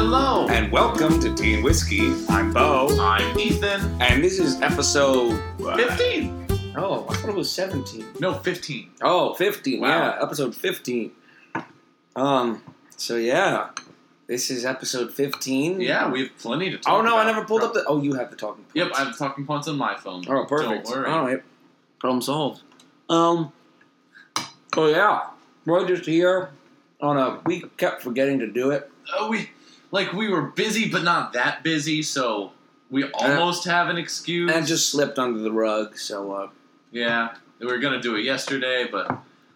and welcome to Tea and Whiskey. I'm Bo, I'm Ethan. and this is episode uh, 15. Oh, I thought it was 17. No, 15. Oh, 15. Wow. Yeah, episode 15. Um, so yeah, this is episode 15. Yeah, we have plenty to talk Hmm. Oh no, I about. never pulled up the. Oh, you have the talking points. Yep, I have talking points on my phone. Oh, perfect. Don't worry. All right, problem solved. Um. Oh yeah, we're just here on a. We kept forgetting to do it. Oh, we, like, we were busy, but not that busy, so we almost have an excuse. And it just slipped under the rug. So, uh, yeah, we were going to do it yesterday, but,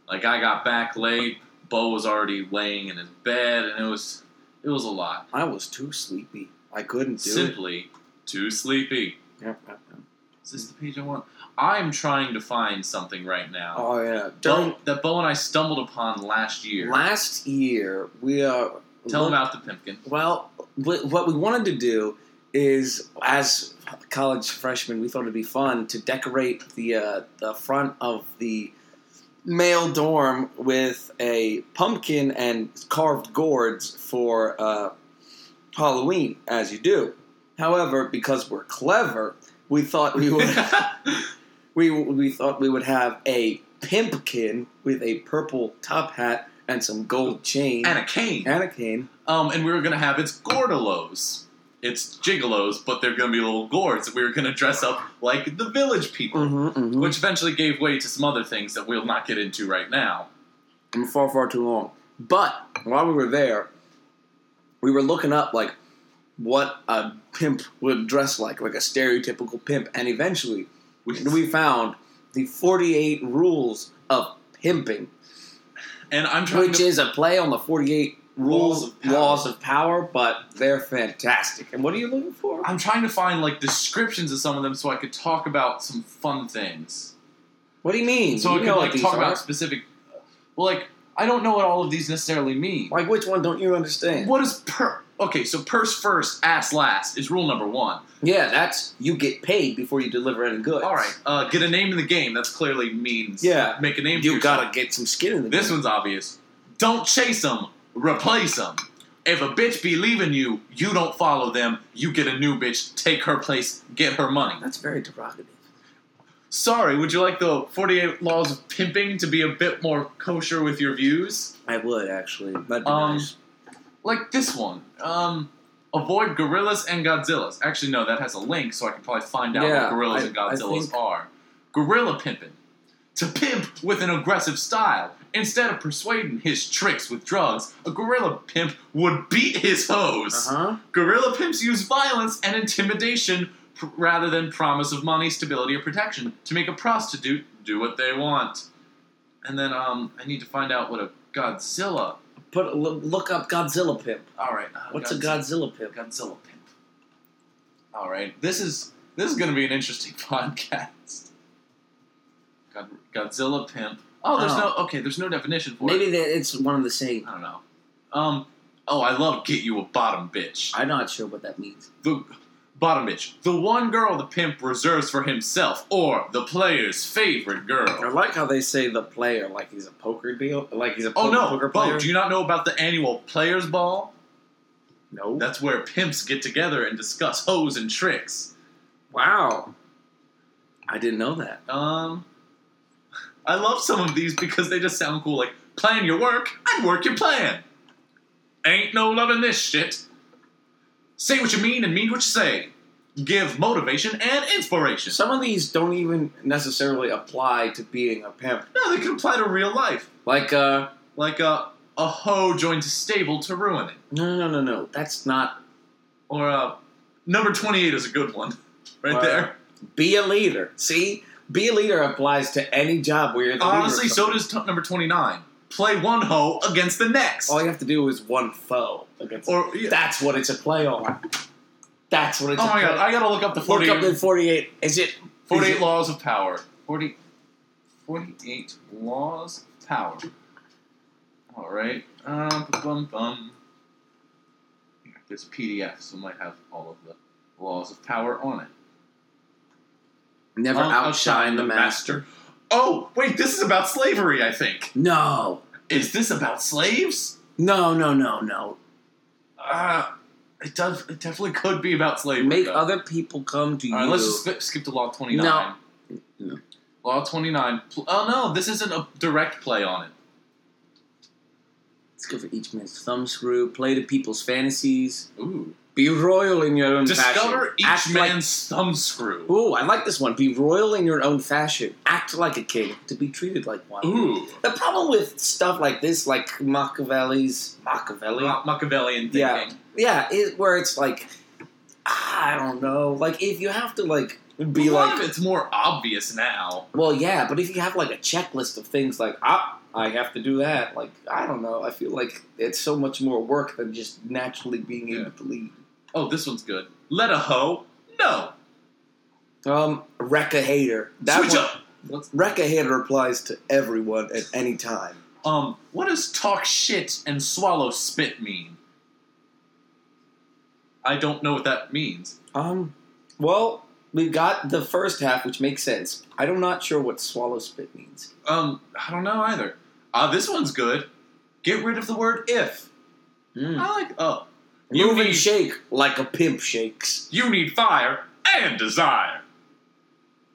like, I got back late. Bo was already laying in his bed, and it was, it was a lot. I was too sleepy. I couldn't do Simply too sleepy. it. Yep, yep, yep. Is this the page I want? I'm trying to find something right now. Oh yeah. Bo, that Bo and I stumbled upon last year. Last year we uh, Tell looked- him about the pimpkin. Well, wh- what we wanted to do is, as college freshmen, we thought it'd be fun to decorate the uh, the front of the male dorm with a pumpkin and carved gourds for uh, Halloween, as you do. However, because we're clever, we thought we would we we thought we would have a pimpkin with a purple top hat and some gold chain and a cane. and a cane. Um, and we were gonna have it's gordolos. It's gigolos, but they're gonna be little gourds. We were gonna dress up like the village people, Mm-hmm, which eventually gave way to some other things that we'll not get into right now. I'm far, far too long. But while we were there, we were looking up like what a pimp would dress like, like a stereotypical pimp, and eventually We- we found the 48 rules of pimping, and I'm trying which to. is a play on the 48 rules Laws of power. laws of power, but they're fantastic. And what are you looking for? I'm trying to find like descriptions of some of them so I could talk about some fun things. What do you mean? So I you could know what like these talk are. about specific. Well, like I don't know what all of these necessarily mean. like which one don't you understand? What is per? Okay, so purse first, ass last is rule number one. Yeah, that's you get paid before you deliver any goods. All right, uh, get a name in the game. That's clearly means Yeah. Make a name. for You yourself. gotta get some skin in the This one's obvious. Don't chase them. Replace them. If a bitch be leaving you, you don't follow them. You get a new bitch. Take her place. Get her money. That's very derogative. Sorry. Would you like the forty-eight laws of pimping to be a bit more kosher with your views? I would actually. That'd be Um, nice. Like this one. Um. Avoid gorillas and Godzillas. Actually, no, that has a link, so I can probably find out Yeah, what gorillas I- and I Godzillas think- are. Gorilla pimping. To pimp with an aggressive style. Instead of persuading his tricks with drugs, a gorilla pimp would beat his hoes. Uh-huh. Gorilla pimps use violence and intimidation pr- rather than promise of money, stability, or protection to make a prostitute do what they want. And then um, I need to find out what a Godzilla. Put l- look up Godzilla pimp. All right, uh, What's a Godzilla pimp? Godzilla pimp. All right, this is this is going to be an interesting podcast. God, Godzilla pimp. Oh, there's Oh. no okay. There's no definition for Maybe it. that it's one of the same. I don't know. Um. Oh, I love get you a bottom bitch. I'm not sure what that means. The bottom bitch. The one girl the pimp reserves for himself, or the player's favorite I girl. like how they say the player like he's a poker deal, like he's a Oh po- no, poker Bo, player. do you not know about the annual players' ball? no. That's where pimps get together and discuss hoes and tricks. wow. I didn't know that. Um, I love some of these because they just sound cool. Like plan your work and work your plan. Ain't no loving this shit. Say what you mean and mean what you say. Give motivation and inspiration. Some of these don't even necessarily apply to being a pimp. No, they can apply to real life. Like uh Like a a hoe joins a stable to ruin it. no no no no, no. that's not Or uh, number twenty eight is a good one, right Wow. there. be a leader. See? Be a leader applies to any job where you're the leader of Honestly, something. so does t- number twenty nine. Play one hoe against the next. all you have to do is one foe against or yeah. That's what it's a play on. That's what it's. oh a my play god, I gotta look up the Look forty. up in forty-eight. Is it? 48 Is it- laws of power. 40, 48 laws of power. All right. Um, bum, bum. Here, This PDF, so it might have all of the laws of power on it. Never Um, outshine the master. Oh, wait, this is about slavery, I think. No, Is this about slaves? no, no, no, no. Uh, It does. It definitely could be about slavery. Make though. other people come to All you. right, let's just skip, skip to Law 29. No. Law 29. Pl- Oh, no, this isn't a direct play on it. Let's go for each man's thumb screw. Play to people's fantasies. Ooh. Be royal in your own Discover fashion. each Act like- man's thumb screw. Ooh, I like this one. Be royal in your own fashion. Act like a king to be treated like one. Ooh. The problem with stuff like this, like Machiavelli's Machiavelli, Ma- Machiavellian thinking. Yeah. yeah, it, where it's like, I don't know, like if you have to like be a lot like, of it's more obvious now. well, yeah, but if you have like a checklist of things, like ah, I have to do that, like I don't know, I feel like it's so much more work than just naturally being Yeah. able to lead. Oh, this one's good. Let a hoe? No. Um, wreck a hater. That Switch one, up. What's, Wreck a hater applies to everyone at any time. um, what does talk shit and swallow spit mean? I don't know what that means. Um, well, we got the first half, which makes sense. I'm not sure what swallow spit means. Um, I don't know either. Uh, this one's good. Get rid of the word if. Hmm. I like, oh. You Move need- and shake like a pimp shakes. You need fire and desire.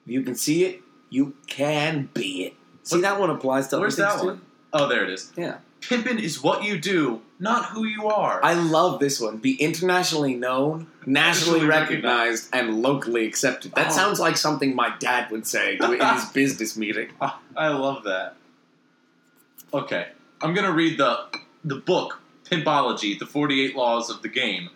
If you can see it, you can be it. See What- that one applies to other Where's that things, one? too. Oh, there it is. Yeah. Pimpin' is what you do, not who you are. I love this one. Be internationally known, nationally Nationally recognized, and locally accepted. That Oh. sounds like something my dad would say in his business meeting. Ah, I love that. Okay, I'm gonna read the the book Pimpology: The 48 Laws of the Game.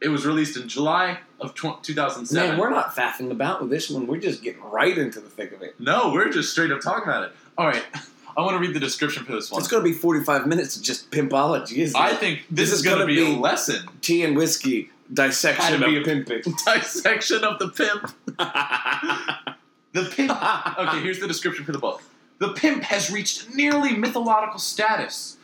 It was released in July of tw- 2007. Man, we're not faffing about with this one. We're just getting right into the thick of it. no, we're just straight up talking about it. All right, I want to read the description for this one. It's going to be 45 minutes of just pimpology, isn't I it? think this, This is, is gonna, gonna be, a be- lesson tea and whiskey Had dissection to be of a- pimping. dissection of the pimp. The pimp. Okay, here's the description for the book. The pimp has reached nearly mythological status.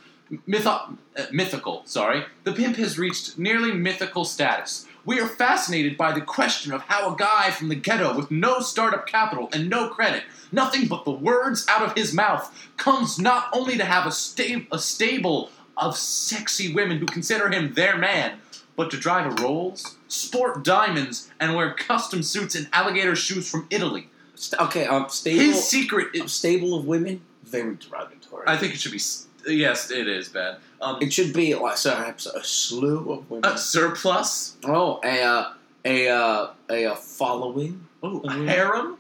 Myth- uh, mythical, sorry. The pimp has reached nearly mythical status. We are fascinated by the question of how a guy from the ghetto with no startup capital and no credit, nothing but the words out of his mouth, comes not only to have a, sta- a stable of sexy women who consider him their man, but to drive a Rolls, sport diamonds, and wear custom suits and alligator shoes from Italy. St- okay, um, stable, um, His secret is stable of women, very derogatory. I think it should be. s- Yes, it is bad. Um, it should be like perhaps a slew of women. a surplus. oh, a uh, a uh, a uh, following. Oh, a Mhm. harem.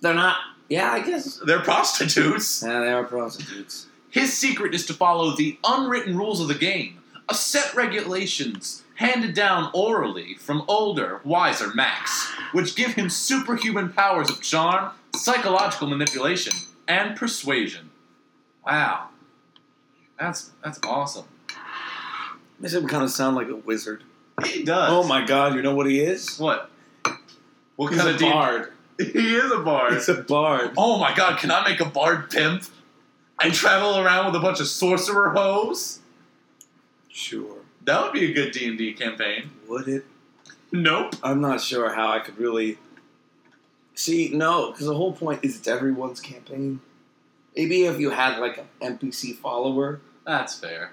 They're not. Yeah, I guess. They're prostitutes. Yeah, they are prostitutes. His secret is to follow the unwritten rules of the game, a set regulations handed down orally from older, wiser Max, which give him superhuman powers of charm, psychological manipulation, and persuasion. Wow, that's that's awesome. Makes him kind of sound like a wizard. He does. Oh my god, you know what he is? What? What He's kind a of D- bard. He is a bard. He's a bard. Oh my god, can I make a bard pimp? I travel around with a bunch of sorcerer hoes? Sure. That would be a good D&D campaign. Would it Nope. I'm not sure how I could really see. No, because the whole point is it's everyone's campaign. Maybe if you had like an NPC follower, That's fair.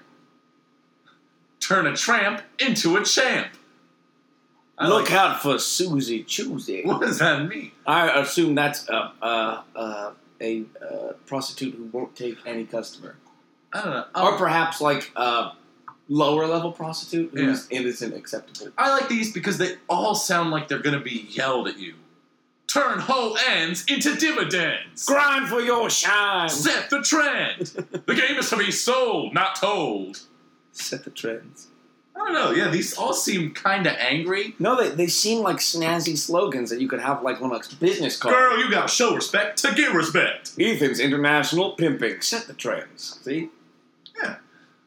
Turn a tramp into a champ. I look like- out for Susie Choosy. What does that mean? I assume that's a uh, uh, a uh, prostitute who won't take any customer, I don't know. or perhaps like a lower level prostitute who's innocent, acceptable. I like these because they all sound like they're gonna be yelled at you. Turn hoe ends into dividends. Grind for your shine. Set the trend. the game is to be sold, not told. Set the trends. I don't know. Yeah, these all seem kind of angry. No, they, they seem like snazzy slogans that you could have like on a business card. Girl, you gotta show respect to get respect. Ethan's international pimping set the trends. See?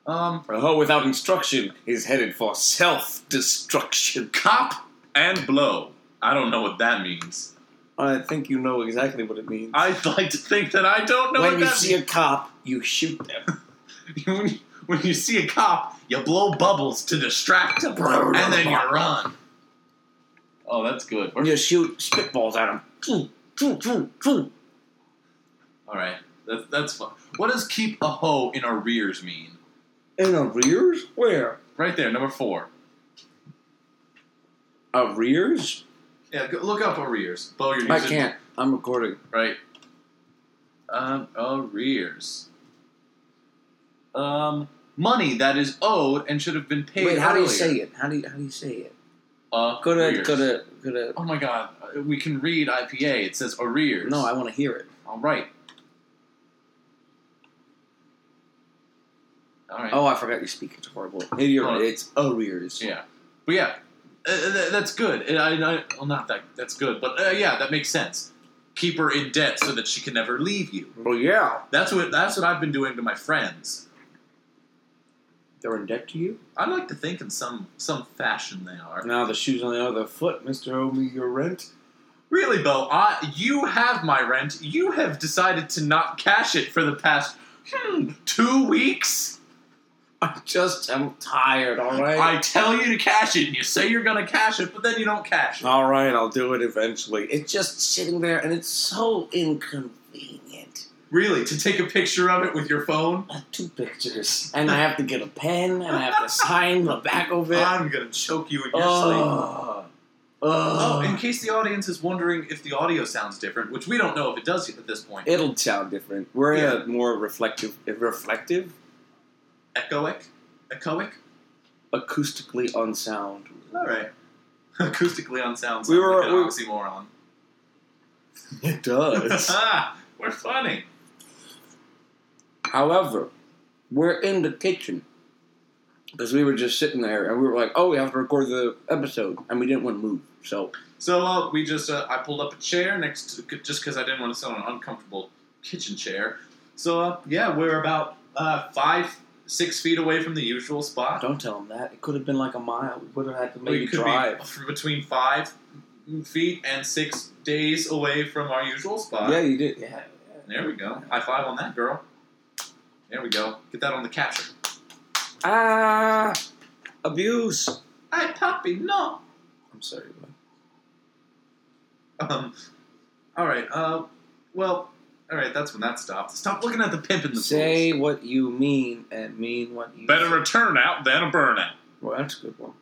Um, A hoe without instruction is headed for self destruction. cop and blow. I don't know what that means. I think you know exactly what it means. I'd like to think that I don't know when what you that see a cop, you shoot them. means. when, you, when you see a cop, you blow bubbles to distract them, and then you run. Oh, that's good. We're- you shoot spitballs at them. All right, that, that's fun. What does keep a hoe in arrears mean? In arrears? Where? Right there, number four. Arrears? Yeah, go, look up arrears. Bo, you're I using- can't. I'm recording. Right. Um, arrears. Um, money that is owed and should have been paid. Wait, how do you earlier. say it? How do you how do you say it? Uh, Go to arrears. go to go to. Oh my god, uh, we can read IPA. It says arrears. No, I want to hear it. All right. All right. Oh, I forgot you're speaking. It's horrible. Maybe you're Oh. right. It's arrears. Yeah, but yeah, uh, th- that's good. And I, I, well, not that that's good, but uh, yeah, that makes sense. Keep her in debt so that she can never leave you. Well, yeah. That's what that's what I've been doing to my friends. They're in debt to you. I like to think in some some fashion they are. Now the shoes on the other foot, Mister. Owe me your rent. Really, Bo, I, you have my rent. You have decided to not cash it for the past hmm, two weeks. I just am tired. All right. I tell you to cash it, and you say you're gonna cash it, but then you don't cash it. All right, I'll do it eventually. It's just sitting there, and it's so inconvenient. Really, to take a picture of it with your phone? I have two pictures, and I have to get a pen, and I have to sign the back of it. Oh. I'm gonna choke you in your sleep. Ugh. Oh, Ugh. in case the audience is wondering if the audio sounds different, which we don't know if it does at this point. It'll sound different. We're in a more reflective, reflective, Echoic? Echoic? acoustically unsound. Alright. Acoustically unsound. We sounds were- like an we- oxymoron. It does. We're funny. However, we're in the kitchen because we were just sitting there, and we were like, "Oh, we have to record the episode," and we didn't want to move. So So uh, we just uh, I pulled up a chair next to just because I didn't want to sit on an uncomfortable kitchen chair. So uh, yeah, we're about uh, five six feet away from the usual spot. don't tell them that. It could have been like a mile. We would have had to maybe we could drive. be f- between five feet and six days away from our usual spot. yeah, you did. Yeah. There we go. High five on that, girl. There we go. Get that on the capture. Ah, abuse. Hi, puppy. No. I'm sorry. What? Um. All right. Uh. Well. All right. That's when that stopped. Stop looking at the pimp in the Say what you mean and mean what you. pools. Better say. a turnout than a burnout. Well, that's a good one.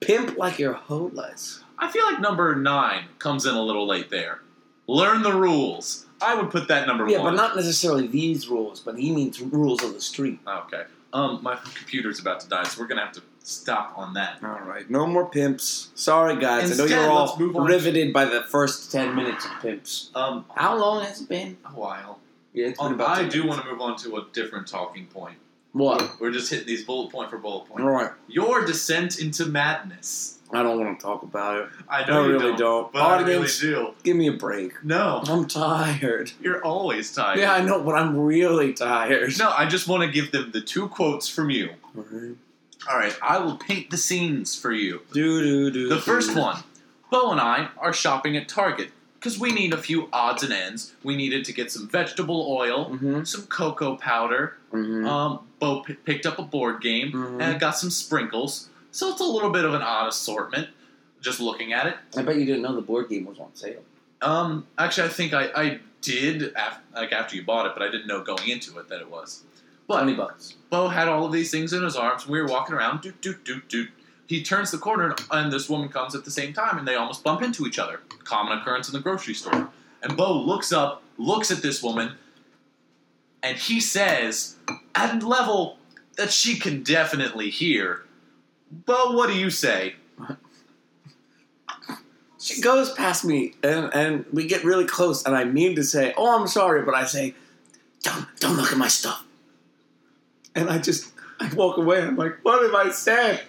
Pimp like your hoe less. I feel like number nine comes in a little late there. Learn the rules. I would put that number Yeah, but one. not necessarily these rules, but he means rules of the street. not. Okay. Um. My computer's about to die, so we're gonna have to stop on that. All right, no more pimps. Sorry, guys. I know Instead, you're all let's move on. riveted by the first ten minutes of pimps. Um. How long has it been? A while. Yeah, it's Um, I do want want to move on to a different talking point. what? We're just hitting these bullet point for bullet point. All right, Your descent into madness. I don't want to talk about it. I I know you really don't, don't. but Audience. I really do. Give me a break. No, I'm tired. you're always tired. Yeah, I know, but I'm really tired. No, I just want to give them the two quotes from you. All right. All right, I will paint the scenes for you. Do do do. The first do. one, Bo and I are shopping at Target because we need a few odds and ends. We needed to get some vegetable oil, Mhm. some cocoa powder. Mhm. Um, Bo p- picked up a board game Mhm. and got some sprinkles. So it's a little bit of an odd assortment. Just looking at it, I bet you didn't know the board game was on sale. Um, actually, I think I, I did af- like after you bought it, but I didn't know going into it that it was. Twenty But bucks. Bo had all of these things in his arms, and we were walking around. Doot doot doot doot. He turns the corner, and- and this woman comes at the same time, and they almost bump into each other. Common occurrence in the grocery store. And Bo looks up, looks at this woman, and he says at a level that she can definitely hear. Bo, what do you say? She goes past me, and, and we get really close, and I mean to say, "Oh, I'm sorry," but I say, "Don't don't look at my stuff." And I just I walk away. And I'm like, "What have I said?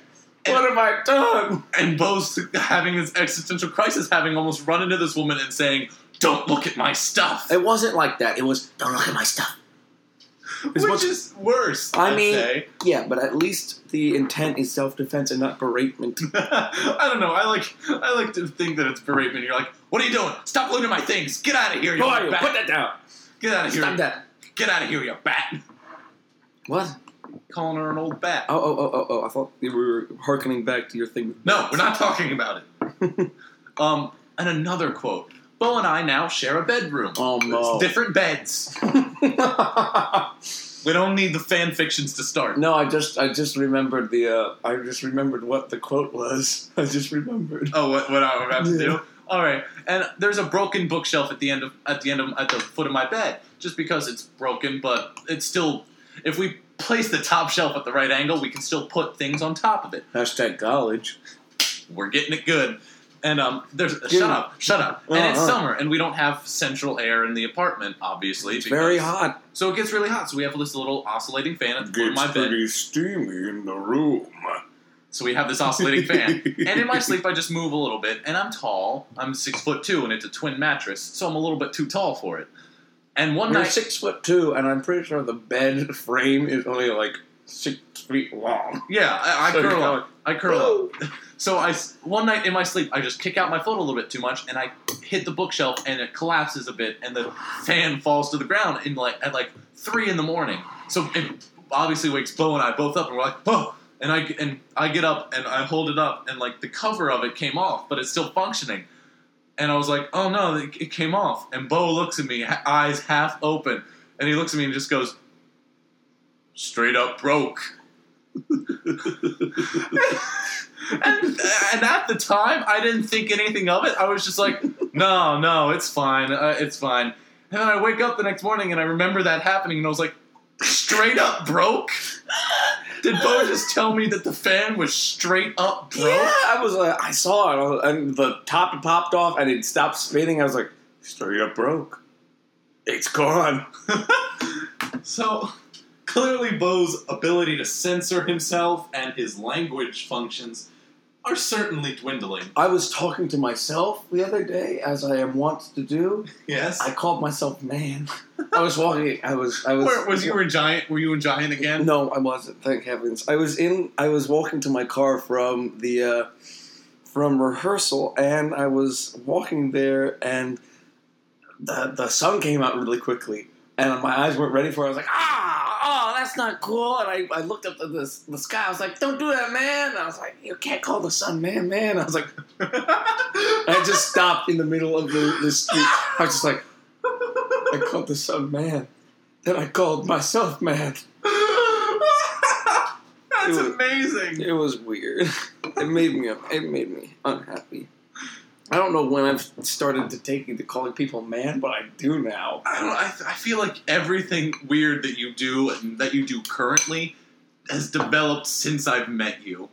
What have I done?" and Bo's having this existential crisis, having almost run into this woman and saying, "Don't look at my stuff," It wasn't like that. It was, "Don't look at my stuff." which what- is worse. I I'd mean- say. Yeah, but at least the intent is self defense and not beratement. I don't know. I like I like to think that it's beratement. You're like, "What are you doing? Stop looking at my things! Get out of here, you Who are you? Put bat! that down. Get out of here! Stop that. Get out of here, you bat!" What? Calling her an old bat. Oh oh oh oh oh! I thought we were harkening back to your thing. No, we're not talking about it. um, and another quote. Bo and I now share a bedroom. Oh It's different beds. no. We don't need the fan fictions to start. No, I just I just remembered the uh, I just remembered what the quote was. I just remembered. Oh, what, what I'm about to Yeah. do? All right. And there's a broken bookshelf at the end of at the end of at the foot of my bed, just because it's broken, but it's still. If we place the top shelf at the right angle, we can still put things on top of it. Hashtag college. We're getting it good. And um, there's Dude. shut up, shut up. And it's Uh-uh. summer, and we don't have central air in the apartment, obviously. It's very because- hot. So it gets really hot. So we have this little oscillating fan at the foot of my bed. steamy in the room. So we have this oscillating fan. And in my sleep, I just move a little bit. And I'm tall. I'm six foot two, and it's a twin mattress, so I'm a little bit too tall for it. And one You're night, six foot two, and I'm pretty sure the bed frame is only like six feet long. yeah, I, I So you're curl going, up. I curl up. So I s- one night in my sleep, I just kick out my foot a little bit too much, and I hit the bookshelf, and it collapses a bit, and the fan falls to the ground in like at like three in the morning. So it obviously wakes Bo and I both up, and we're like, "Oh!" And I and I get up and I hold it up, and like the cover of it came off, but it's still functioning. And I was like, "Oh no, it, it came off!" And Bo looks at me, ha- eyes half open, and he looks at me and just goes, "Straight up broke." and, and at the time, I didn't think anything of it. I was just like, no, no, it's fine. Uh, it's fine. And then I wake up the next morning and I remember that happening and I was like, straight up broke? Did Bo just tell me that the fan was straight up broke? Yeah, I was like, I saw it, I was- and the top had popped off, and it stopped spinning. I was like, straight up broke. It's gone. So clearly, Bo's ability to censor himself and his language functions are certainly dwindling. I was talking to myself the other day, as I am wont to do. Yes. I called myself man. I was walking. I was. I was. Where, was you in giant? Were you in giant again? No, I wasn't. Thank heavens. I was in. I was walking to my car from the uh, from rehearsal, and I was walking there, and the the sun came out really quickly, and my eyes weren't ready for. it. I was like, ah, oh, that's not cool. And I, I looked up at the the sky. I was like, don't do that, man. And I was like, you can't call the sun, man, man. I was like, I just stopped in the middle of the, the street. I was just like, I called the sun, man. Then I called myself, man. It That's was- amazing. It was weird. It made me. It made me unhappy. I don't know when I've started to taking to calling people man, but I do now. I, don't, I, I feel like everything weird that you do and that you do currently has developed since I've met you.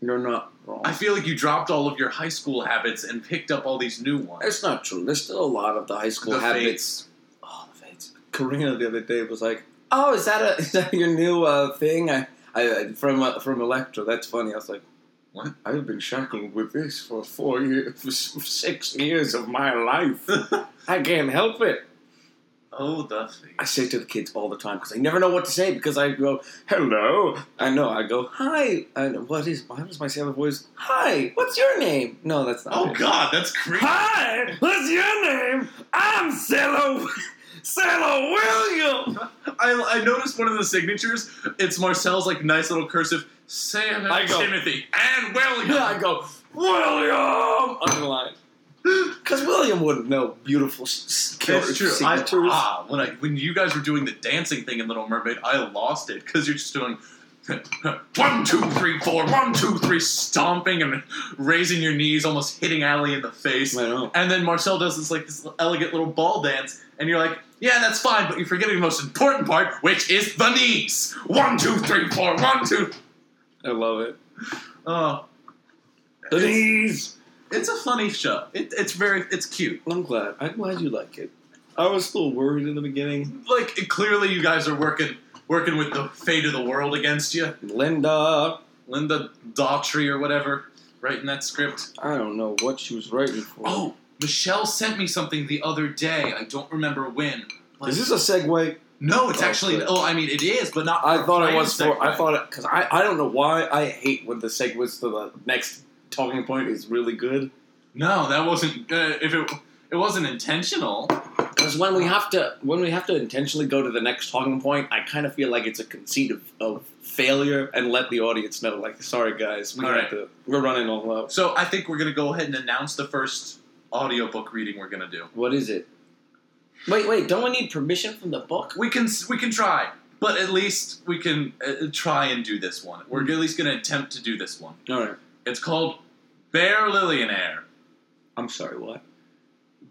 You're not wrong. I feel like you dropped all of your high school habits and picked up all these new ones. It's not true. There's still a lot of the high school The habits. Oh, the fates. Karina the other day was like, "Oh, is that a is that your new uh, thing?" I, I from uh, from Electra. That's funny. I was like, What? I've been shackled with this for four years, for s- six years of my life. I can't help it." Oh, the thing. I say to the kids all the time because I never know what to say because I go hello. I know I go hi. And what is why does my sailor voice? Hi. What's your name? No, that's not. Oh it. God, that's creepy. Hi. What's your name? I'm Sailor Sailor William. I, I noticed one of the signatures. It's Marcel's like nice little cursive. Sam I and go- Timothy and William. I go William. Underline. Because William wouldn't know beautiful. s- s- That's true. I, signatures. ah, when I when you guys were doing the dancing thing in Little Mermaid, I lost it because you're just doing one, two, three, four, one, two, three, stomping and raising your knees, almost hitting Allie in the face. I know. And then Marcel does this like this elegant little ball dance, and you're like, yeah, that's fine, but you're forgetting the most important part, which is the knees. One, two, three, four, one, two. I love it. Oh, Please. it's a funny show. It, it's very, it's cute. I'm glad. I'm glad you like it. I was still worried in the beginning. Like it, clearly, you guys are working working with the fate of the world against you. Linda. Linda Daughtry or whatever writing that script. I don't know what she was writing for. Oh, Michelle sent me something the other day. I don't remember when. but- is this a segue? no, it's Oh, actually. good. Oh, I mean, it is, but not. I thought it planned was for. I segue. thought it because I, I don't know why I hate when the segues to the next talking point is really good. No, that wasn't. Uh, if it it wasn't intentional. Because when we have to when we have to intentionally go to the next talking point, I kind of feel like it's a conceit of, of failure and let the audience know, like, sorry guys, we All have right. to, we're running on low. So I think we're gonna go ahead and announce the first audiobook reading we're gonna do. What is it? Wait, wait, don't we need permission from the book? We can s- we can try. But at least we can uh, try and do this one. We're Mm-hmm. at least going to attempt to do this one. All right. It's called Bear Lillionaire. I'm sorry. What?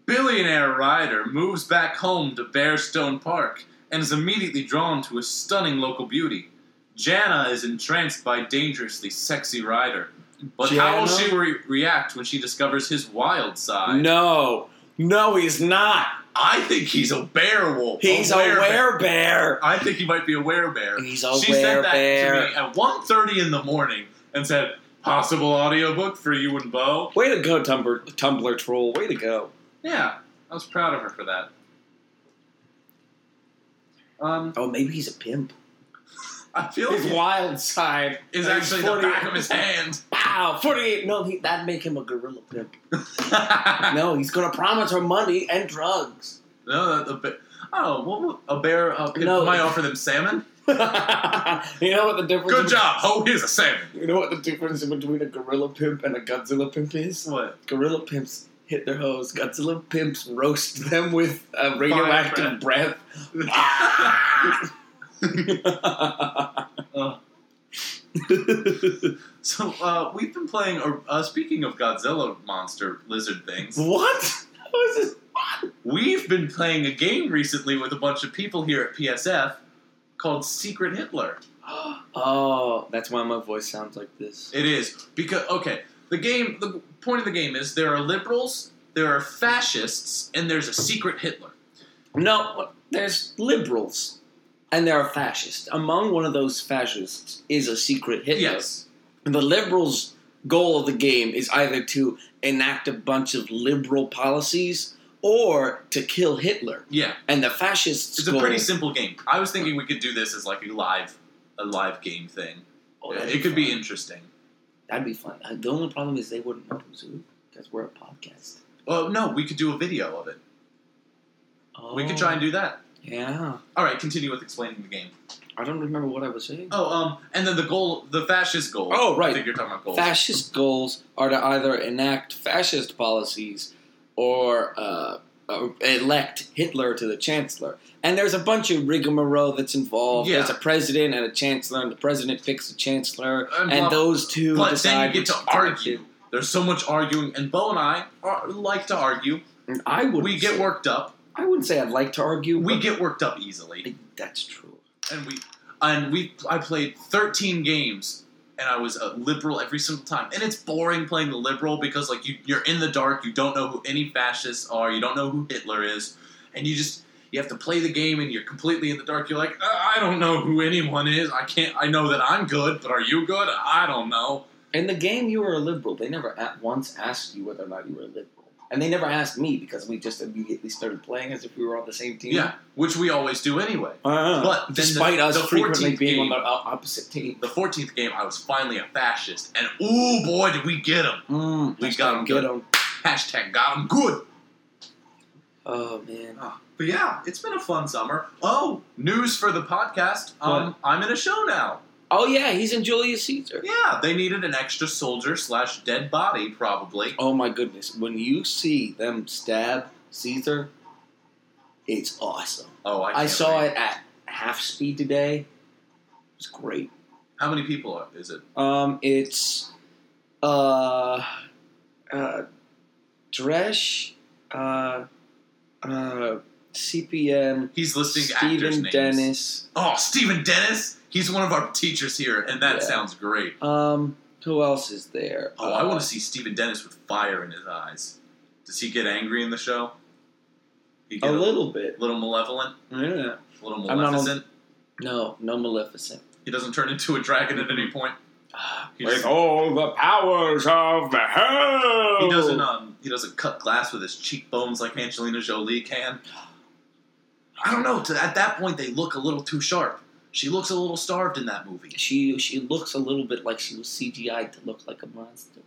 Billionaire Ryder moves back home to Bearstone Park and is immediately drawn to a stunning local beauty. Jana is entranced by dangerously sexy Ryder. But how will Jana? she re- react when she discovers his wild side? No, no, he's not. I think he's a bear wolf. He's a werebear. I think he might be a werebear. He's a she said that werebear. to me at 1.30 in the morning and said, possible audiobook for you and Bo. Way to go, Tumblr, Tumblr troll. Way to go. Yeah, I was proud of her for that. Um, Oh, maybe he's a pimp. I feel His like wild side is he's actually the 40. back of his hand. Wow, 48. No, he, that'd make him a gorilla pimp. No, he's going to promise her money and drugs. no, the, the bear. Oh, what, would- a bear. Uh, pimp No. might offer them salmon. you know what the difference Good job. Oh, here's a salmon. You know what the difference between a gorilla pimp and a Godzilla pimp is? What? Gorilla pimps hit their hoes. Godzilla pimps roast them with uh, radioactive breath. so uh, we've been playing. A, uh, speaking of Godzilla monster lizard things, what? How is this? we've been playing a game recently with a bunch of people here at PSF called Secret Hitler. Oh, that's why my voice sounds like this. It is because okay, the game. The point of the game is there are liberals, there are fascists, and there's a secret Hitler. No, there's liberals, and there are fascists. Among one of those fascists is a secret Hitler. Yes, The liberals' goal of the game is either to enact a bunch of liberal policies or to kill Hitler. yeah. And the fascists' It's a goal. pretty simple game. I was thinking we could do this as like a live, a live game thing. Oh, that'd it could be fun. interesting. That'd be fun. Uh, The only problem is they wouldn't know who's who because we're a podcast. Oh no, we could do a video of it. Oh, We could try and do that. Yeah, All right, continue with explaining the game. I don't remember what I was saying. Oh, um, and then the goal, the fascist goal. Oh, right. I think you're talking about goals. Fascist goals are to either enact fascist policies or uh, uh, elect Hitler to the chancellor. And there's a bunch of rigmarole that's involved. Yeah. There's a president and a chancellor, and the president picks the chancellor, And and, blah- those two but then decide. you get to which argue. There's so much arguing, and Bo and I are, like to argue. And I would. We get worked up. I wouldn't say I'd like to argue. We but get worked up easily, That's true. and we and we. I played 13 games, and I was a liberal every single time. And it's boring playing the liberal because like you, you're in the dark. You don't know who any fascists are. You don't know who Hitler is, and you just you have to play the game, and you're completely in the dark. You're like, "Uh, I I don't know who anyone is. I can't. I know that I'm good, but are you good? I don't know. In the game, you were a liberal. They never at once asked you whether or not you were a liberal, and they never asked me because we just immediately started playing as if we were on the same team. Yeah, which we always do anyway. Uh, But then despite the- us the frequently 14th being on game- the o- opposite team, The 14th game, I was finally a fascist, and ooh boy, did we get him! mm, We got 'em Get good. 'em. Hashtag got him good. Oh man, Oh, but yeah, it's been a fun summer. Oh, news for the podcast. Um, I'm in a show now. oh yeah, he's in Julius Caesar. Yeah, they needed an extra soldier slash dead body, probably. Oh my goodness, when you see them stab Caesar, it's awesome. Oh, I, I, can't saw read. it at half speed today. It's great. How many people are- is it? Um, it's uh, uh, Dresh, uh, uh, CPM, He's listing actors' Stephen names. Dennis. Oh, Stephen Dennis. He's one of our teachers here, and that Yeah. sounds great. Um, who else is there? Oh, I want to see Stephen Dennis with fire in his eyes. Does he get angry in the show? He a get little bit. little malevolent, Yeah. a little I'm not- maleficent. No, no Maleficent. He doesn't turn into a dragon at any point. Ah, He just- all the powers of the hell. oh. He doesn't. uh, Um, he doesn't cut glass with his cheekbones like Angelina Jolie can. I don't know. To, at that point, they look a little too sharp. She looks a little starved in that movie. She she looks a little bit like she was CGI to look like a monster.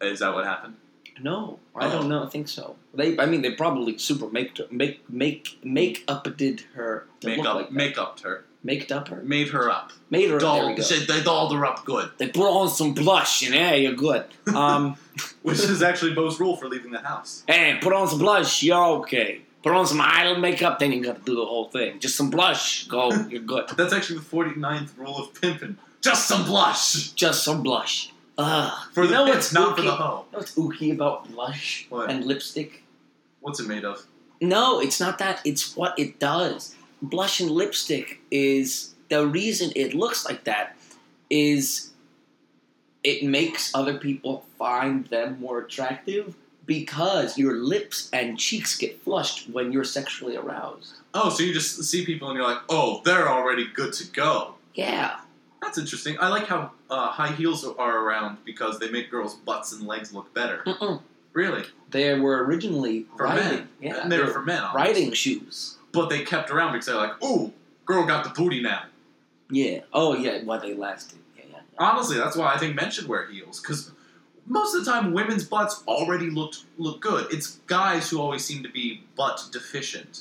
Is that what happened? No, I Oh. don't know. I think so. They, I mean, they probably super make make make make upded her to Make look up, like that. make up her, Maked up her, made her up. made her. there we Dolled, go. she- they dolled her up good, They put on some blush, and hey, you're good. Um, which is actually Bo's rule for leaving the house. hey, put on some blush, you're okay. Put on some eyelid makeup, then you got to do the whole thing. Just some blush, go, you're good. That's actually the 49th rule of pimping. Just some blush Just some blush. Ugh. for you the know pimp, what's not for ooky? the hoe. You know what's ooky about blush What? and lipstick? What's it made of? No, it's not that. It's what it does. Blush and lipstick is the reason it looks like that is it makes other people find them more attractive because your lips and cheeks get flushed when you're sexually aroused. Oh, so you just see people and you're like, oh, they're already good to go. Yeah. That's interesting. I like how uh, high heels are around because they make girls' butts and legs look better. Mm-mm. Really? They were originally For riding. men. Yeah. and they were they for men. were obviously. riding shoes. But they kept around because they're like, ooh, girl got the booty now. Yeah. Oh yeah. Why they lasted. Yeah. yeah. Honestly, that's why I think men should wear heels because most of the time women's butts already looked look good. It's guys who always seem to be butt deficient.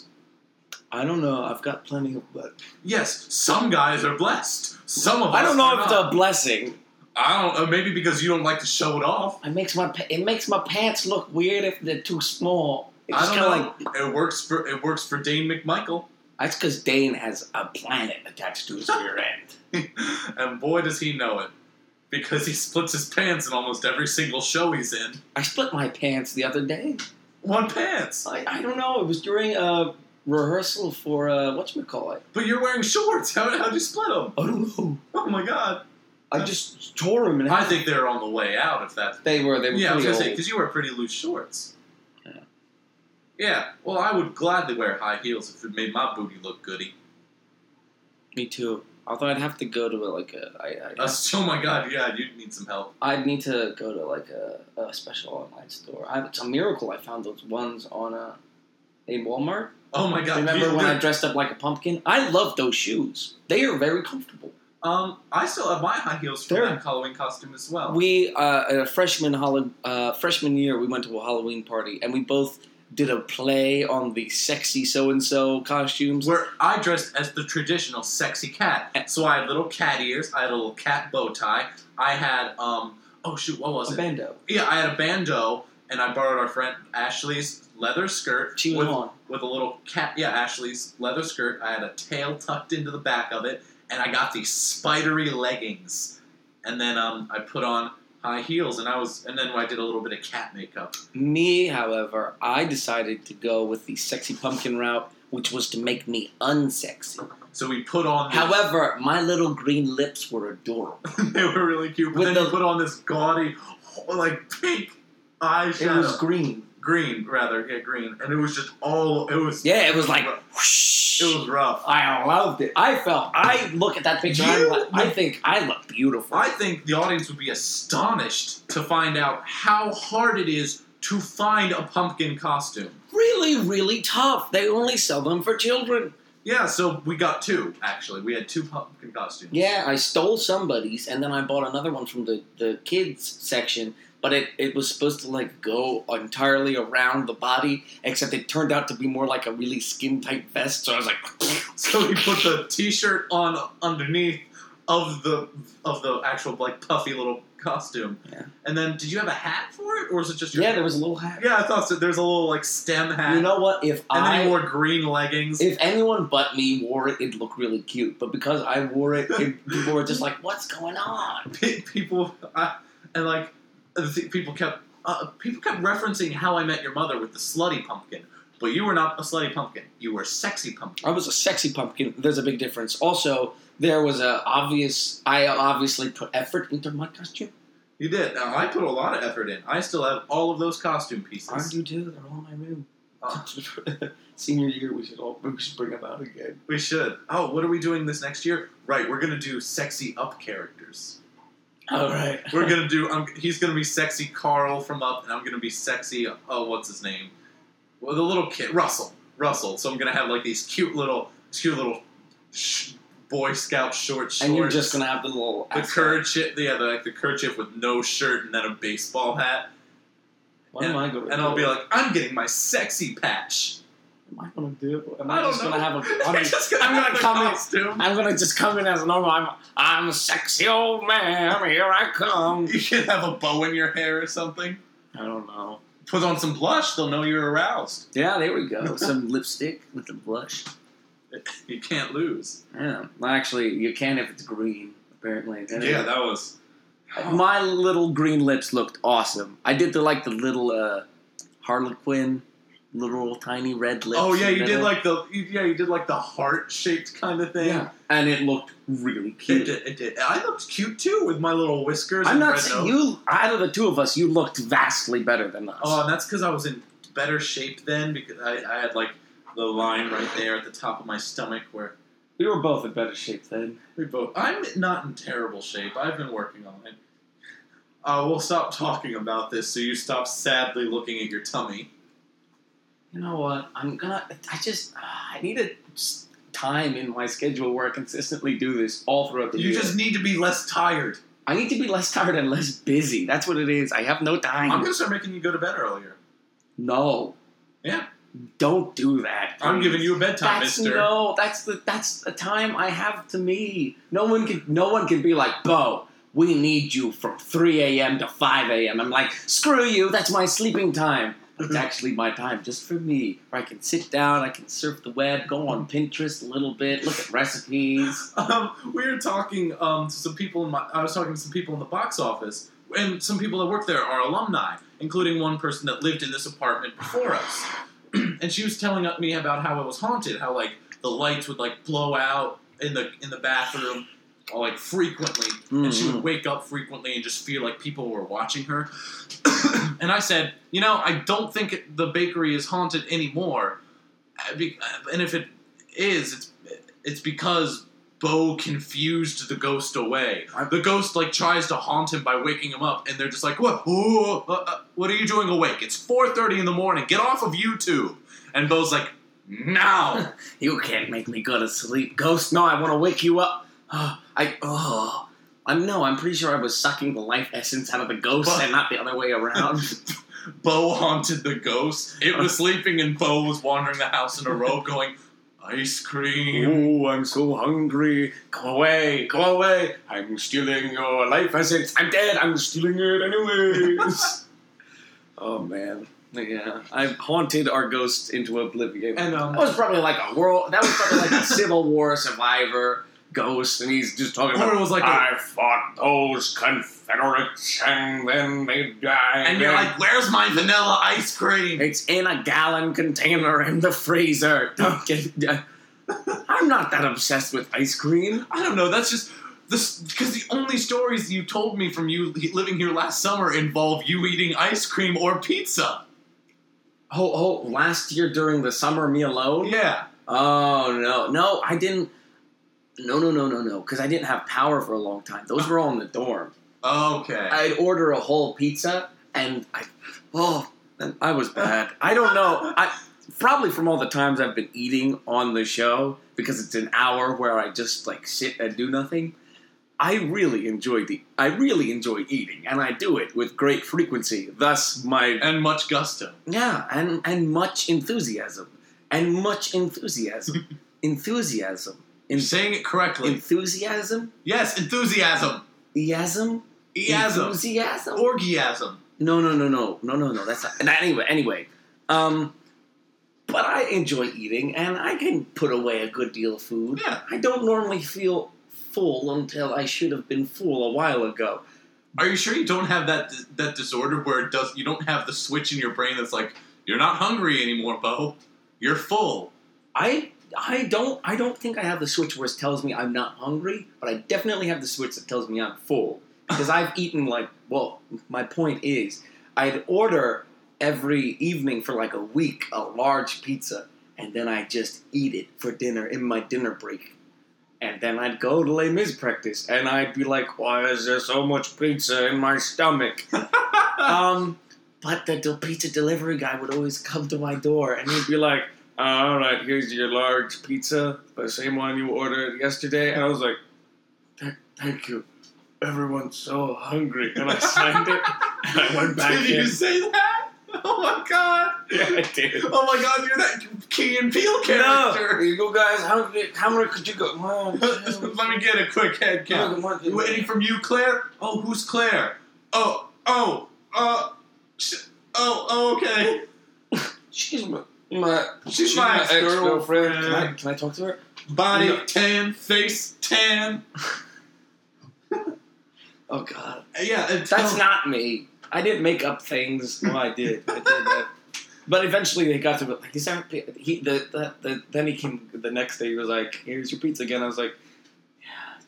I don't know. I've got plenty of butt. Yes, some guys are blessed. Some of I us don't know are if it's not. a blessing. I don't. Uh, maybe because you don't like to show it off. It makes my pa- it makes my pants look weird if they're too small. It's I kind don't of know. like it works for it works for Dane McMichael, that's because Dane has a planet attached to his rear end. and boy does he know it, because he splits his pants in almost every single show he's in. I split my pants the other day. One pants, I, I don't know. It was during a rehearsal for uh, what you call it. but you're wearing shorts. How how'd you split them? I don't know. Oh my god! I just tore them and I think they're on the way out. If that they were they were Yeah, I was pretty gonna say old. because you wear pretty loose shorts. Yeah. Yeah. Well, I would gladly wear high heels if it made my booty look goody. Me too. Although I'd have to go to a, like a I, I, Uh, so- oh my god, yeah, you'd need some help. I'd need to go to like a, a special online store. I, it's a miracle I found those ones on a in Walmart. Oh my god. Remember you- when I dressed up like a pumpkin? I love those shoes. They are very comfortable. Um, I still have my high heels from They're- that Halloween costume as well. We uh, at a freshman Hall- uh, freshman year, we went to a Halloween party and we both did a play on the sexy so and so costumes. where I dressed as the traditional sexy cat. So I had little cat ears. I had a little cat bow tie. I had um. Oh shoot, what was A it? bando. Yeah, I had a bandeau, and I borrowed our friend Ashley's leather skirt She was with, on. with a little cat. Yeah, Ashley's leather skirt. I had a tail tucked into the back of it, and I got these spidery leggings. And then um, I put on high heels, and I was, and then I did a little bit of cat makeup. Me, however, I decided to go with the sexy pumpkin route, which was to make me unsexy. So we put on. these- However, my little green lips were adorable. they were really cute. But With then the- you put on this gaudy, like pink It eyeshadow, was green. green rather, yeah, green, and it was just all. It was. Yeah, it was like whoosh. It was rough. I loved it. I felt. I look at that picture. You- I'm like, I think I look beautiful. I think the audience would be astonished to find out how hard it is to find a pumpkin costume. Really, really tough. They only sell them for children. Yeah, so we got two, actually. We had two pumpkin costumes. Yeah, I stole somebody's, and then I bought another one from the the kids section. But it, it was supposed to like go entirely around the body, except it turned out to be more like a really skin tight vest. So I was like, So we put the t shirt on underneath of the of the actual like puffy little costume. Yeah. And then did you have a hat for it? Or was it just your yeah, there was a little hat. Yeah, I thought so. There's a little like stem hat. You know what? If and then I he wore green leggings. If anyone but me wore it, it'd look really cute. But because I wore it, it people were just like, "What's going on?" Pe- people I, and like the th- people kept uh, people kept referencing how I met your mother with the slutty pumpkin, but you were not a slutty pumpkin. You were sexy pumpkin. I was a sexy pumpkin. There's a big difference. Also, there was a obvious. I obviously put effort into my costume. You did. Now I put a lot of effort in. I still have all of those costume I pieces. do too. They're all in my room. Uh, Ah. Senior year, we should all we should bring them out again. we should. Oh, what are we doing this next year? Right, we're gonna do sexy up characters. All right. We're gonna do. I'm, he's gonna be sexy Carl from Up, and I'm gonna be sexy. Oh, what's his name? Well, the little kid, Russell. Russell. So I'm gonna have like these cute little, cute little sh- Boy Scout short shorts. and you're just gonna have the little the ass- kerchief. Yeah, the, like the kerchief with no shirt and then a baseball hat, What am I gonna? and do? I'll be like, I'm getting my sexy patch. "Am I gonna do? Am I I don't just know. gonna have a? I'm, just gonna I'm have gonna the come in- costume. I'm gonna just come in as normal. I'm, I'm a sexy old man. Here I come. You can have a bow in your hair or something. I don't know. Put on some blush, they'll know you're aroused. Yeah, there we go. Some lipstick with a blush. You can't lose. Yeah. Well, actually, you can if it's green, apparently. Anyway, Yeah, that was. My little green lips looked awesome. I did the like the little uh, Harlequin, little tiny red lips. Oh yeah, in the you did middle. like the you- yeah you did like the heart shaped kind of thing. yeah, and it looked really It cute. did, it did. I looked cute too with my little whiskers. I'm and not red saying nose. you. Out of the two of us, you looked vastly better than us. Oh, and that's because I was in better shape then because I, I had like the line right there at the top of my stomach where we were both in better shape then. we both. I'm not in terrible shape. I've been working on it. Uh, we'll stop talking about this so you stop sadly looking at your tummy. You know what? I'm gonna. I just. ah, I need a s- time in my schedule where I consistently do this all throughout the You year. just need to be less tired. I need to be less tired and less busy. That's what it is. I have no time. I'm gonna start making you go to bed earlier. No. Yeah. Don't do that. I'm please. giving you a bedtime, that's Mister. no. That's the that's the time I have to me. No one can. No one can be like Bo. We need you from 3 a.m. to 5 a.m. I'm like, screw you. That's my sleeping time. It's Mm-hmm. actually my time just for me, where I can sit down, I can surf the web, go on Pinterest a little bit, look at recipes. um, we were talking um, to some people in my, I was talking to some people in the box office, and some people that work there are alumni, including one person that lived in this apartment before us. and she was telling me about how it was haunted, how like the lights would like blow out in the in the bathroom, or, like frequently, and she would wake up frequently and just feel like people were watching her. and I said, you know, I don't think it- the bakery is haunted anymore, Uh, be- uh, and if it is, it's it's because Bo confused the ghost away. The ghost like tries to haunt him by waking him up, and they're just like, "What? Ooh, uh, uh, what are you doing awake? It's 4:30 in the morning. Get off of YouTube." And Bo's like, "Now." You can't make me go to sleep, ghost. No, I want to wake you up. Oh, I oh, I'm no. I'm pretty sure I was sucking the life essence out of the ghost But- and not the other way around. Bo haunted the ghost. It was sleeping, and Bo was wandering the house in a robe, going, "Ice cream." oh, I'm so hungry. Go away, go away. I'm stealing your life essence. I'm dead. I'm stealing it anyways. oh man, yeah. I've haunted our ghost into oblivion. And um, That was probably like a world. That was probably like a Civil War survivor ghost, and he's just talking or about. it was like, a- I fought those Confederates and then they died. and you're like, "Where's my vanilla ice cream?" It's in a gallon container in the freezer. Don't get. I'm not that obsessed with ice cream. I don't know. That's just this because the only stories you told me from you living here last summer involve you eating ice cream or pizza. Oh, oh, last year during the summer meal alone? Yeah, Oh, no. No, I didn't. No, no, no, no, no. Because I didn't have power for a long time. Those were all in the dorm. Okay. I'd order a whole pizza, and I. Oh, and I was bad. I don't know. I. Probably from all the times I've been eating on the show, because it's an hour where I just like sit and do nothing. I really enjoy the I really enjoy eating, and I do it with great frequency. Thus, my and much gusto. yeah, and and much enthusiasm, and much enthusiasm, enthusiasm, You're En- saying it correctly. enthusiasm, Yes, enthusiasm. iasm, Easm. enthusiasm. Orgasm. No, no, no, no, no, no, no. That's not, and anyway. Anyway, um, but I enjoy eating, and I can put away a good deal of food. Yeah. I don't normally feel full until I should have been full a while ago. Are you sure you don't have that that disorder where it does you don't have the switch in your brain that's like you're not hungry anymore, Bo. You're full. I I don't I don't think I have the switch where it tells me I'm not hungry, but I definitely have the switch that tells me I'm full because I've eaten like well. My point is, I'd order every evening for like a week a large pizza, and then I just eat it for dinner in my dinner break. And then I'd go to Les Mis practice, and I'd be like, "Why is there so much pizza in my stomach?" um, but the del- pizza delivery guy would always come to my door, and he'd be like, "Uh, all right, here's your large pizza, the same one you ordered yesterday. And I was like, "Th- thank you. Everyone's so hungry. And I signed it and I went back Did you in. say that? Oh my god. Yeah, I did. Oh my god, you're that Key and Peele No, character. you guys, how, how many could you go? Let me get a quick head count. You Anything from you, Claire? Oh, who's Claire? Oh, oh, uh, sh- Oh, oh, okay. She's my, my She's she's my my ex ex-girlfriend. girlfriend. Can I, can I talk to her? Body No. tan, face tan. Oh God, Yeah, it's that's not me. I didn't make up things. No, I did. I did that. But eventually they got to be like, he's not, he, the, the, the, then he came the next day. He was like, "Here's your pizza again." I was like, "Yeah,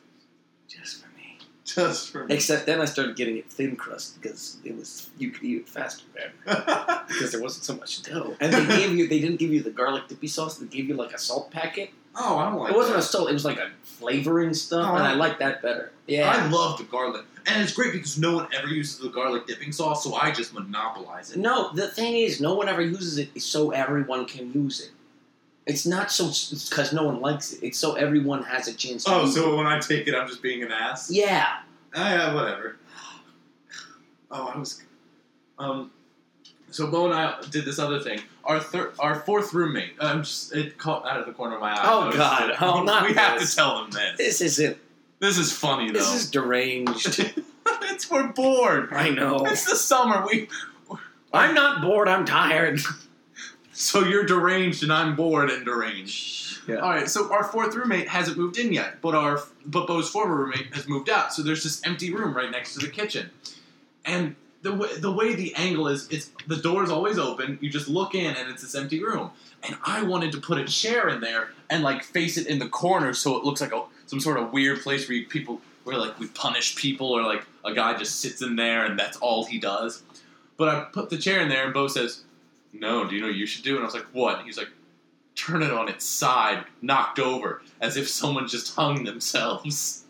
just for me." just for me. Except then I started getting it thin crust because it was you could eat it faster then Oh, because there wasn't so much dough. And they gave you they didn't give you the garlic dippy sauce. They gave you like a salt packet. Oh, I don't like It wasn't a that. salt. It was like a flavoring stuff, Oh, and I I- like that better. Yeah. I love the garlic. And it's great because no one ever uses the garlic dipping sauce, so I just monopolize it. no, the thing is, no one ever uses it, so everyone can use it. It's not so because no one likes it. It's so everyone has a chance. to Oh, use it. so when I take it, I'm just being an ass? yeah. Ah, yeah, whatever. Oh, I was. Um, so Bo and I did this other thing. Our third, our fourth roommate. uh, I'm just it caught out of the corner of my eye. Oh, I was- God. Oh, not We have this. to tell them this. This isn't. This is funny though. This is deranged. it's we're bored. I know. It's the summer. We I'm not bored. I'm tired. so you're deranged and I'm bored and deranged. Yeah. All right, so our fourth roommate hasn't moved in yet, but our but Bo's former roommate has moved out. So there's this empty room right next to the kitchen, and the way, the way the angle is, it's the door is always open. You just look in, and it's this empty room. And I wanted to put a chair in there and like face it in the corner, so it looks like a some sort of weird place where you, people where like we punish people, or like a guy just sits in there and that's all he does. But I put the chair in there, and Bo says, "No, do you know what you should do?" And I was like, "What?" And he's like turn it on its side, knocked over, as if someone just hung themselves.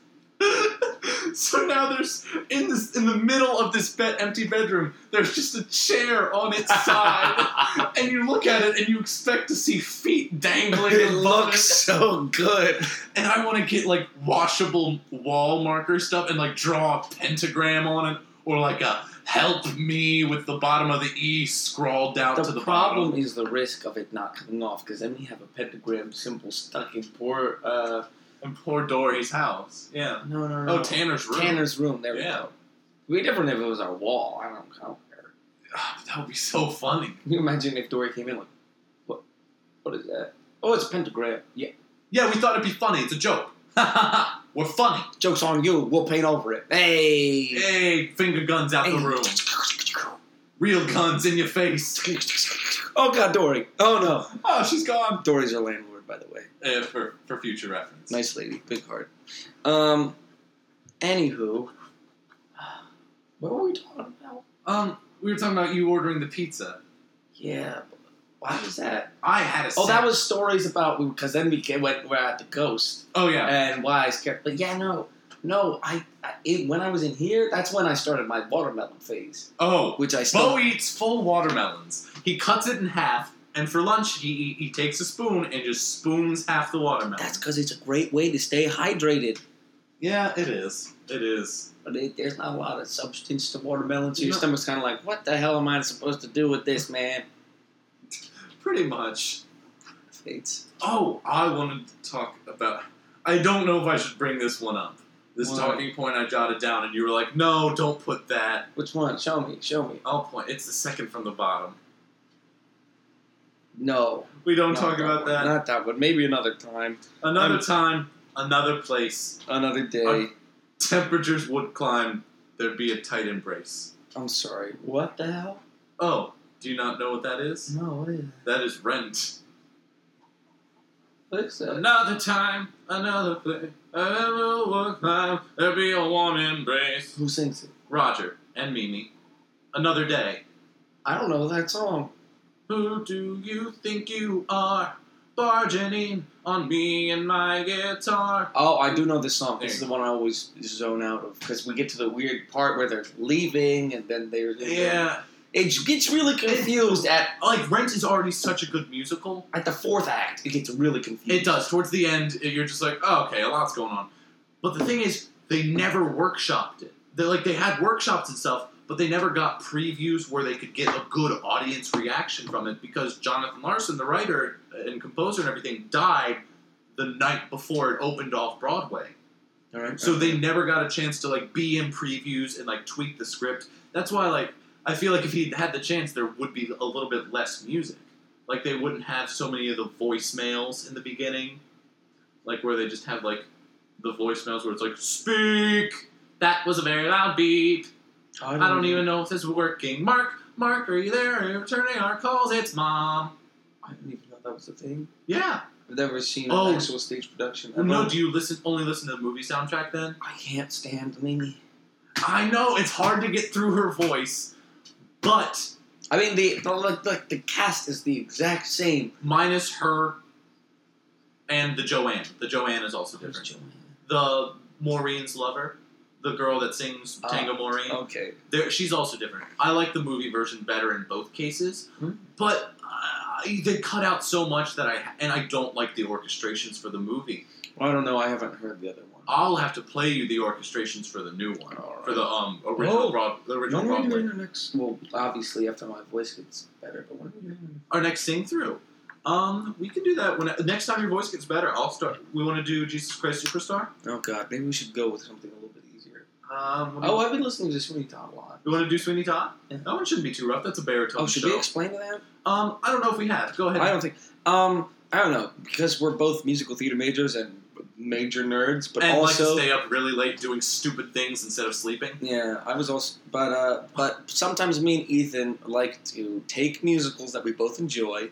so now there's in this in the middle of this bed, empty bedroom, there's just a chair on its side, and you look at it and you expect to see feet dangling. it above looks so good. and I want to get like washable wall marker stuff and like draw a pentagram on it, or like a help me with the bottom of the E scrawled down The, to the problem bottom. is the risk of it not coming off because then we have a pentagram symbol stuck in poor. Uh, And poor Dory's house. Yeah. no, no, no. Oh, Tanner's room. Tanner's room. There Yeah. we go. It'd be different if it was our wall. I don't, I don't care. Ah, that would be so funny. Can you imagine if Dory came in like, what? What is that? Oh, it's a pentagram. Yeah, Yeah, we thought it'd be funny. It's a joke. We're funny. joke's on you. We'll paint over it. Hey. Hey, finger guns out Hey. the room. Real guns in your face. Oh God, Dory. Oh Oh, she's gone. no, Dory's our landlord, by the way. Uh, for, for future reference. Nice lady, big heart. Um, anywho, what were we talking about? Um, we were talking about you ordering the pizza. Yeah, why was that? I had a. Oh, sec- that was stories about because then we came, went we're at the ghost Oh yeah. and why I scared. But yeah, no, no, I, I it, when I was in here, that's when I started my watermelon phase, Oh, which I still. Bo eats full watermelons. He cuts it in half, and for lunch he he takes a spoon and just spoons half the watermelon. That's because it's a great way to stay hydrated. yeah, it is. It is. But it, there's not a lot of substance to watermelon, so your No. stomach's kind of like, what the hell am I supposed to do with this, man? Pretty much. It's Oh, I wanted to talk about. I don't know if I should bring this one up. This Why? talking point I jotted down, and you were like, "No, don't put that." which one? Show me, show me. I'll point. It's the second from the bottom. No. We don't not talk about one. that. Not that one. Maybe another time, another I'm- time, another place. another day. I'm- Temperatures would climb. There'd be a tight embrace. I'm sorry. What the hell? Oh, do you not know what that is? No, what is, That is rent. what is that? Another time, another place, another would climb. There'd be a warm embrace. Who sings it? Roger and Mimi. Another day. I don't know that song. Who do you think you are? Barging in on me and my guitar. Oh, I do know this song. This There is you the one I always zone out of because we get to the weird part where they're leaving and then they're Yeah. It gets really confused at Like, Rent is already such a good musical. at the fourth act. It gets really confused. It does. Towards the end, you're just like, oh, okay, a lot's going on. But the thing is, they never workshopped it. They like they had workshops and stuff, but they never got previews where they could get a good audience reaction from it because Jonathan Larson, the writer and composer and everything, died the night before it opened off Broadway. All right. So they never got a chance to like be in previews and like tweak the script. That's why like I feel like if he had the chance, there would be a little bit less music. Like they wouldn't have so many of the voicemails in the beginning, like where they just have like the voicemails where it's like "Speak." That was a very loud beep. I I don't even know if this is working. Mark, Mark, are you there? Are you returning our calls? It's mom. I didn't even know that was a thing. Yeah. I've never seen Oh. an actual stage production. Well, ever. no, do you listen only listen to the movie soundtrack then? I can't stand Mimi. I know it's hard to get through her voice, but I mean, the the, like, like, the cast is the exact same. minus her and the Joanne. The Joanne is also There's different. Joanne. The Maureen's lover, the girl that sings Ah, Tango Maureen, Okay. there, she's also different. I like the movie version better in both cases, Hmm. but uh, they cut out so much that I and I don't like the orchestrations for the movie. Well, I don't know. I haven't heard the other one. I'll have to play you the orchestrations for the new one, All for the um original Oh. Broad, the original When are we Broadway. doing our next? Well, obviously after my voice gets better, but when are we doing? our next sing through. Um, we can do that when next time your voice gets better. I'll start. We want to do Jesus Christ Superstar. Our... Oh God, maybe we should go with something a little bit easier. Um, what do you- Oh, I've been listening to Sweeney Todd a lot. we want to do Sweeney Todd. Yeah. That one shouldn't be too rough. That's a baritone Oh, should we show. explain to them? um, I don't know if we have. Go ahead. I don't think. Um, I don't know because we're both musical theater majors and major nerds, but and also like to stay up really late doing stupid things instead of sleeping. Yeah, I was also, but uh, but sometimes me and Ethan like to take musicals that we both enjoy,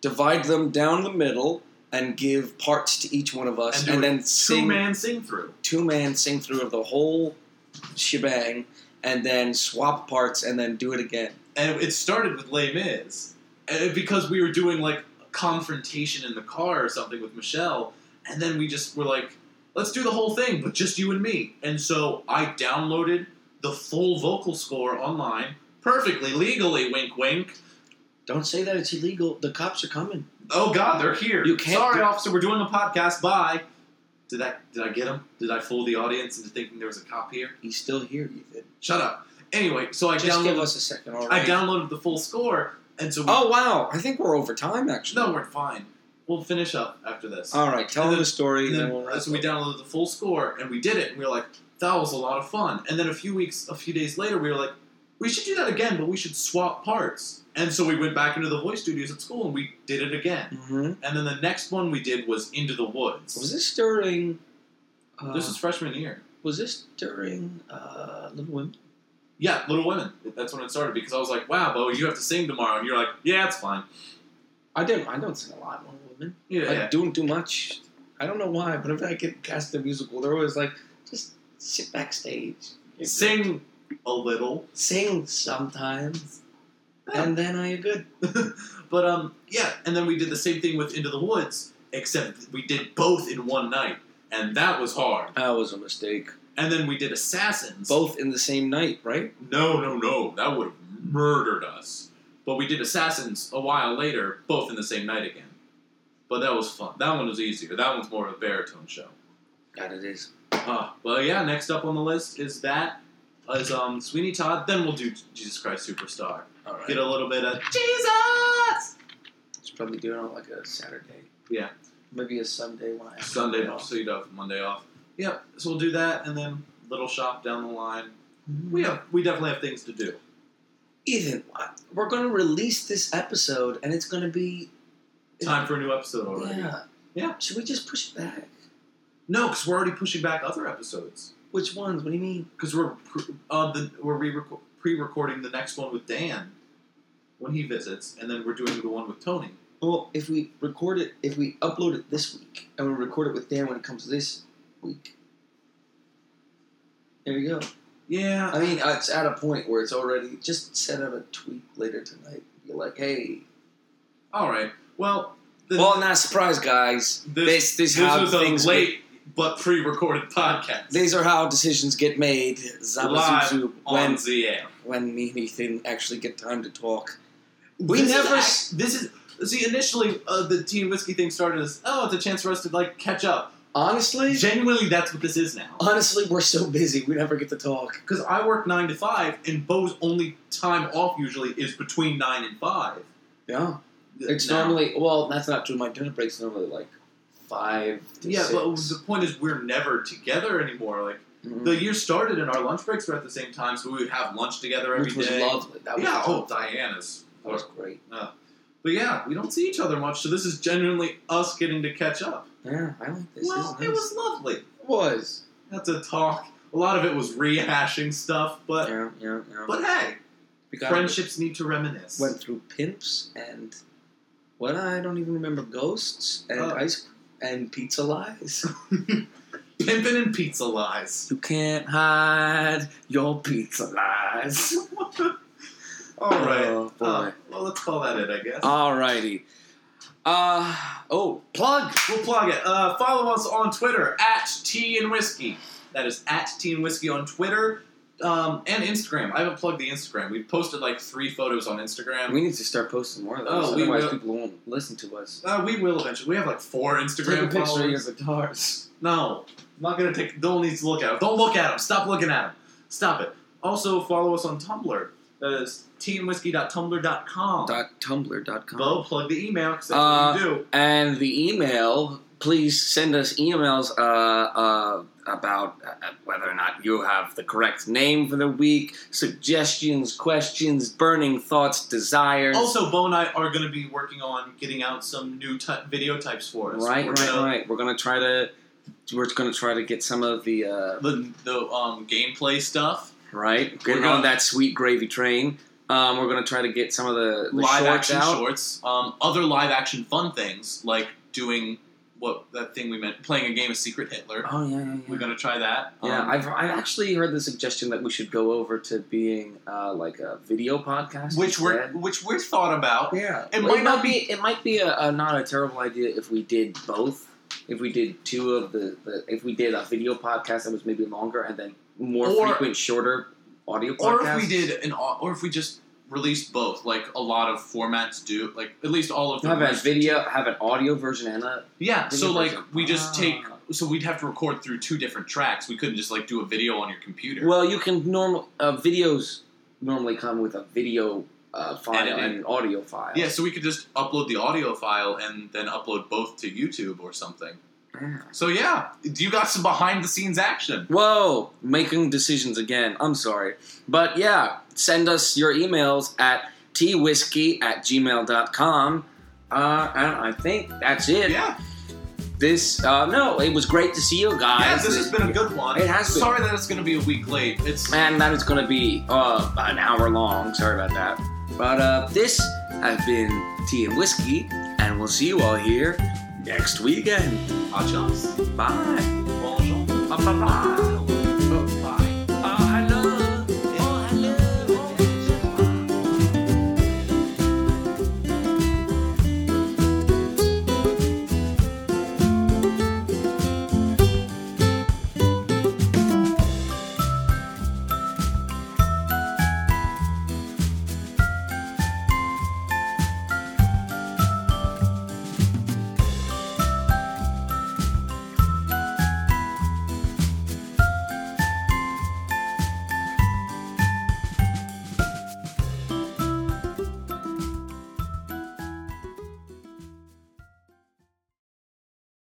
divide them down the middle, and give parts to each one of us, And and, do a then Two sing man sing through. two man sing through of the whole shebang, and then swap parts and then do it again. And it started with Les Mis uh, because we were doing like confrontation in the car or something with Michelle, and then we just were like, let's do the whole thing, but just you and me. And so I downloaded the full vocal score online, perfectly legally. Wink, wink. Don't say that it's illegal. The cops are coming. Oh God, they're here. You can't Sorry, do- officer, we're doing a podcast. Bye. Did that? Did I get him? Did I fool the audience into thinking there was a cop here? He's still here, Ethan. Shut up. Anyway, so I Just downloaded. give us a second. All right. I downloaded the full score, and so we oh wow, I think we're over time actually. No, we're fine. We'll finish up after this. All right, tell them And then- the story. and then, then, we'll wrap so we up. downloaded the full score and we did it, and we were like, that was a lot of fun. And then a few weeks, a few days later, we were like, we should do that again, but we should swap parts. And so we went back into the voice studios at school and we did it again. Mhm. And then the next one we did was Into the Woods. Was this during? Uh, this is freshman year. Was this during uh, Little Women? Yeah, Little Women. That's when it started because I was like, wow, Bo, you have to sing tomorrow. And you're like, yeah, it's fine. I didn't. I don't sing a lot in Little Women. Yeah. I don't do much. I don't know why. Whenever I get cast in a musical, they're always like, just sit backstage, yeah. Sing a little. sing sometimes, and then are you good? But um, yeah, and then we did the same thing with Into the Woods, except we did both in one night, and that was hard. That was a mistake. And then we did Assassins. Both in the same night, right? No, no, no, that would have murdered us. But we did Assassins a while later, both in the same night again. But that was fun. That one was easier. That one's more of a baritone show. God, it is. Uh, well, yeah. Next up on the list is that is um Sweeney Todd. Then we'll do Jesus Christ Superstar. All right. Get a little bit of Jesus It's probably doing on like a Saturday. Yeah. Maybe a Sunday when I have Sunday off. off, so you'd have Monday off. Yep. So we'll do that, and then little shop down the line. We have we definitely have things to do. Ethan, we're going to release this episode, and it's going to be Time for a new episode already. Yeah. Yeah. Should we just push it back? No, because we're already pushing back other episodes. Which ones? What do you mean? Because we're pr- uh, the, we're re-reco- pre-recording the next one with Dan when he visits, and then we're doing the one with Tony. Well, if we record it, if we upload it this week, and we record it with Dan when it comes this week. There you go. Yeah. I mean, uh, it's at a point where it's already just set out a tweet later tonight. You're like, hey. All right. Well. The, Well, not surprised, guys. this this is how was things a late but pre-recorded podcast These are how decisions get made. Live Zabazuzu, on when the air. when me and Ethan actually get time to talk. We This never Is, s- act- this is see. Initially, uh, the team whiskey thing started as oh, it's a chance for us to like catch up. Honestly, Genuinely, that's what this is now. honestly, we're so busy we never get to talk. Because I work nine to five, and Bo's only time off usually is between nine and five. Yeah. It's Now- normally well, that's not true. My dinner break's normally like five. To yeah, six. but the point is we're never together anymore. Like Mhm. The year started and our lunch breaks were at the same time, so we would have lunch together every day. Which was lovely. That was yeah, cool. oh, Diana's. That was great. But yeah, we don't see each other much, so this is genuinely us getting to catch up. Yeah, I like this. well, this is it nice. was lovely. It was. Had to talk. A lot of it was rehashing stuff, but Yeah, yeah, yeah. but hey, we got friendships need to reminisce. went through pimps and what I don't even remember ghosts and Oh. ice and pizza lies. Pimpin' and pizza lies. you can't hide your pizza lies. All right. Oh, boy. Uh, well, let's call that it, I guess. Alrighty. Uh oh, plug. We'll plug it. Uh, follow us on Twitter at Tea and Whiskey. That is at Tea and Whiskey on Twitter um, and Instagram. I haven't plugged the Instagram. We've posted like three photos on Instagram. We need to start posting more of those. Oh, we Otherwise, will. people won't listen to us. Uh, we will eventually. We have like four Take a Instagram picture of your followers. guitars. No, I'm not gonna take. No one needs to look at them. Don't look at them. Stop looking at them. Stop it. Also follow us on Tumblr. That is teaandwhiskey.tumblr.com. Dot Tumblr. Dot com. Bo, plug the email because that's Uh, what you do. and the email please send us emails uh, uh, about uh, whether or not you have the correct name for the week suggestions questions burning thoughts desires Also, Bo and I are going to be working on getting out some new ty- video types for us. right We're right gonna- right we're gonna try to we're gonna try to get some of the uh, The, the um, gameplay stuff, right getting gonna- on that sweet gravy train um, we're gonna try to get some of the, the live shorts action out shorts, um, other live action fun things like doing what that thing we meant, playing a game of Secret Hitler. oh yeah yeah, yeah. We're going to try that. Yeah, Um, I've, I've actually heard the suggestion that we should go over to being uh, like a video podcast, which we're instead. which we're thought about. Yeah, It it might might not be, It might be a, a not a terrible idea if we did both. If we did two of the, the if we did a video podcast that was maybe longer and then more Or- frequent, shorter audio podcast. Or if we did an, au- or if we just released both, like a lot of formats do, like at least all of them. have a video, have an audio version and a Yeah, Video so like version. we just Ah. take so we'd have to record through two different tracks. We couldn't just like do a video on your computer. well, you can normal uh, videos normally come with a video uh, file Edited. and an audio file. yeah, so we could just upload the audio file and then upload both to YouTube or something. Yeah. So yeah, you got some behind the scenes action. Whoa, making decisions again. I'm sorry. But yeah, send us your emails at twhiskey at gmail.com. Uh, and I think that's it. Yeah, This, uh, no, it was great to see you guys. yeah, this has been a good one. It has been. Sorry that it's going to be a week late. It's And that is going to be uh, an hour long. Sorry about that. But uh, this has been Tea and Whiskey, and we'll see you all here next weekend. hot shots. Bye. Bonjour. Bye bye. bye. Oh,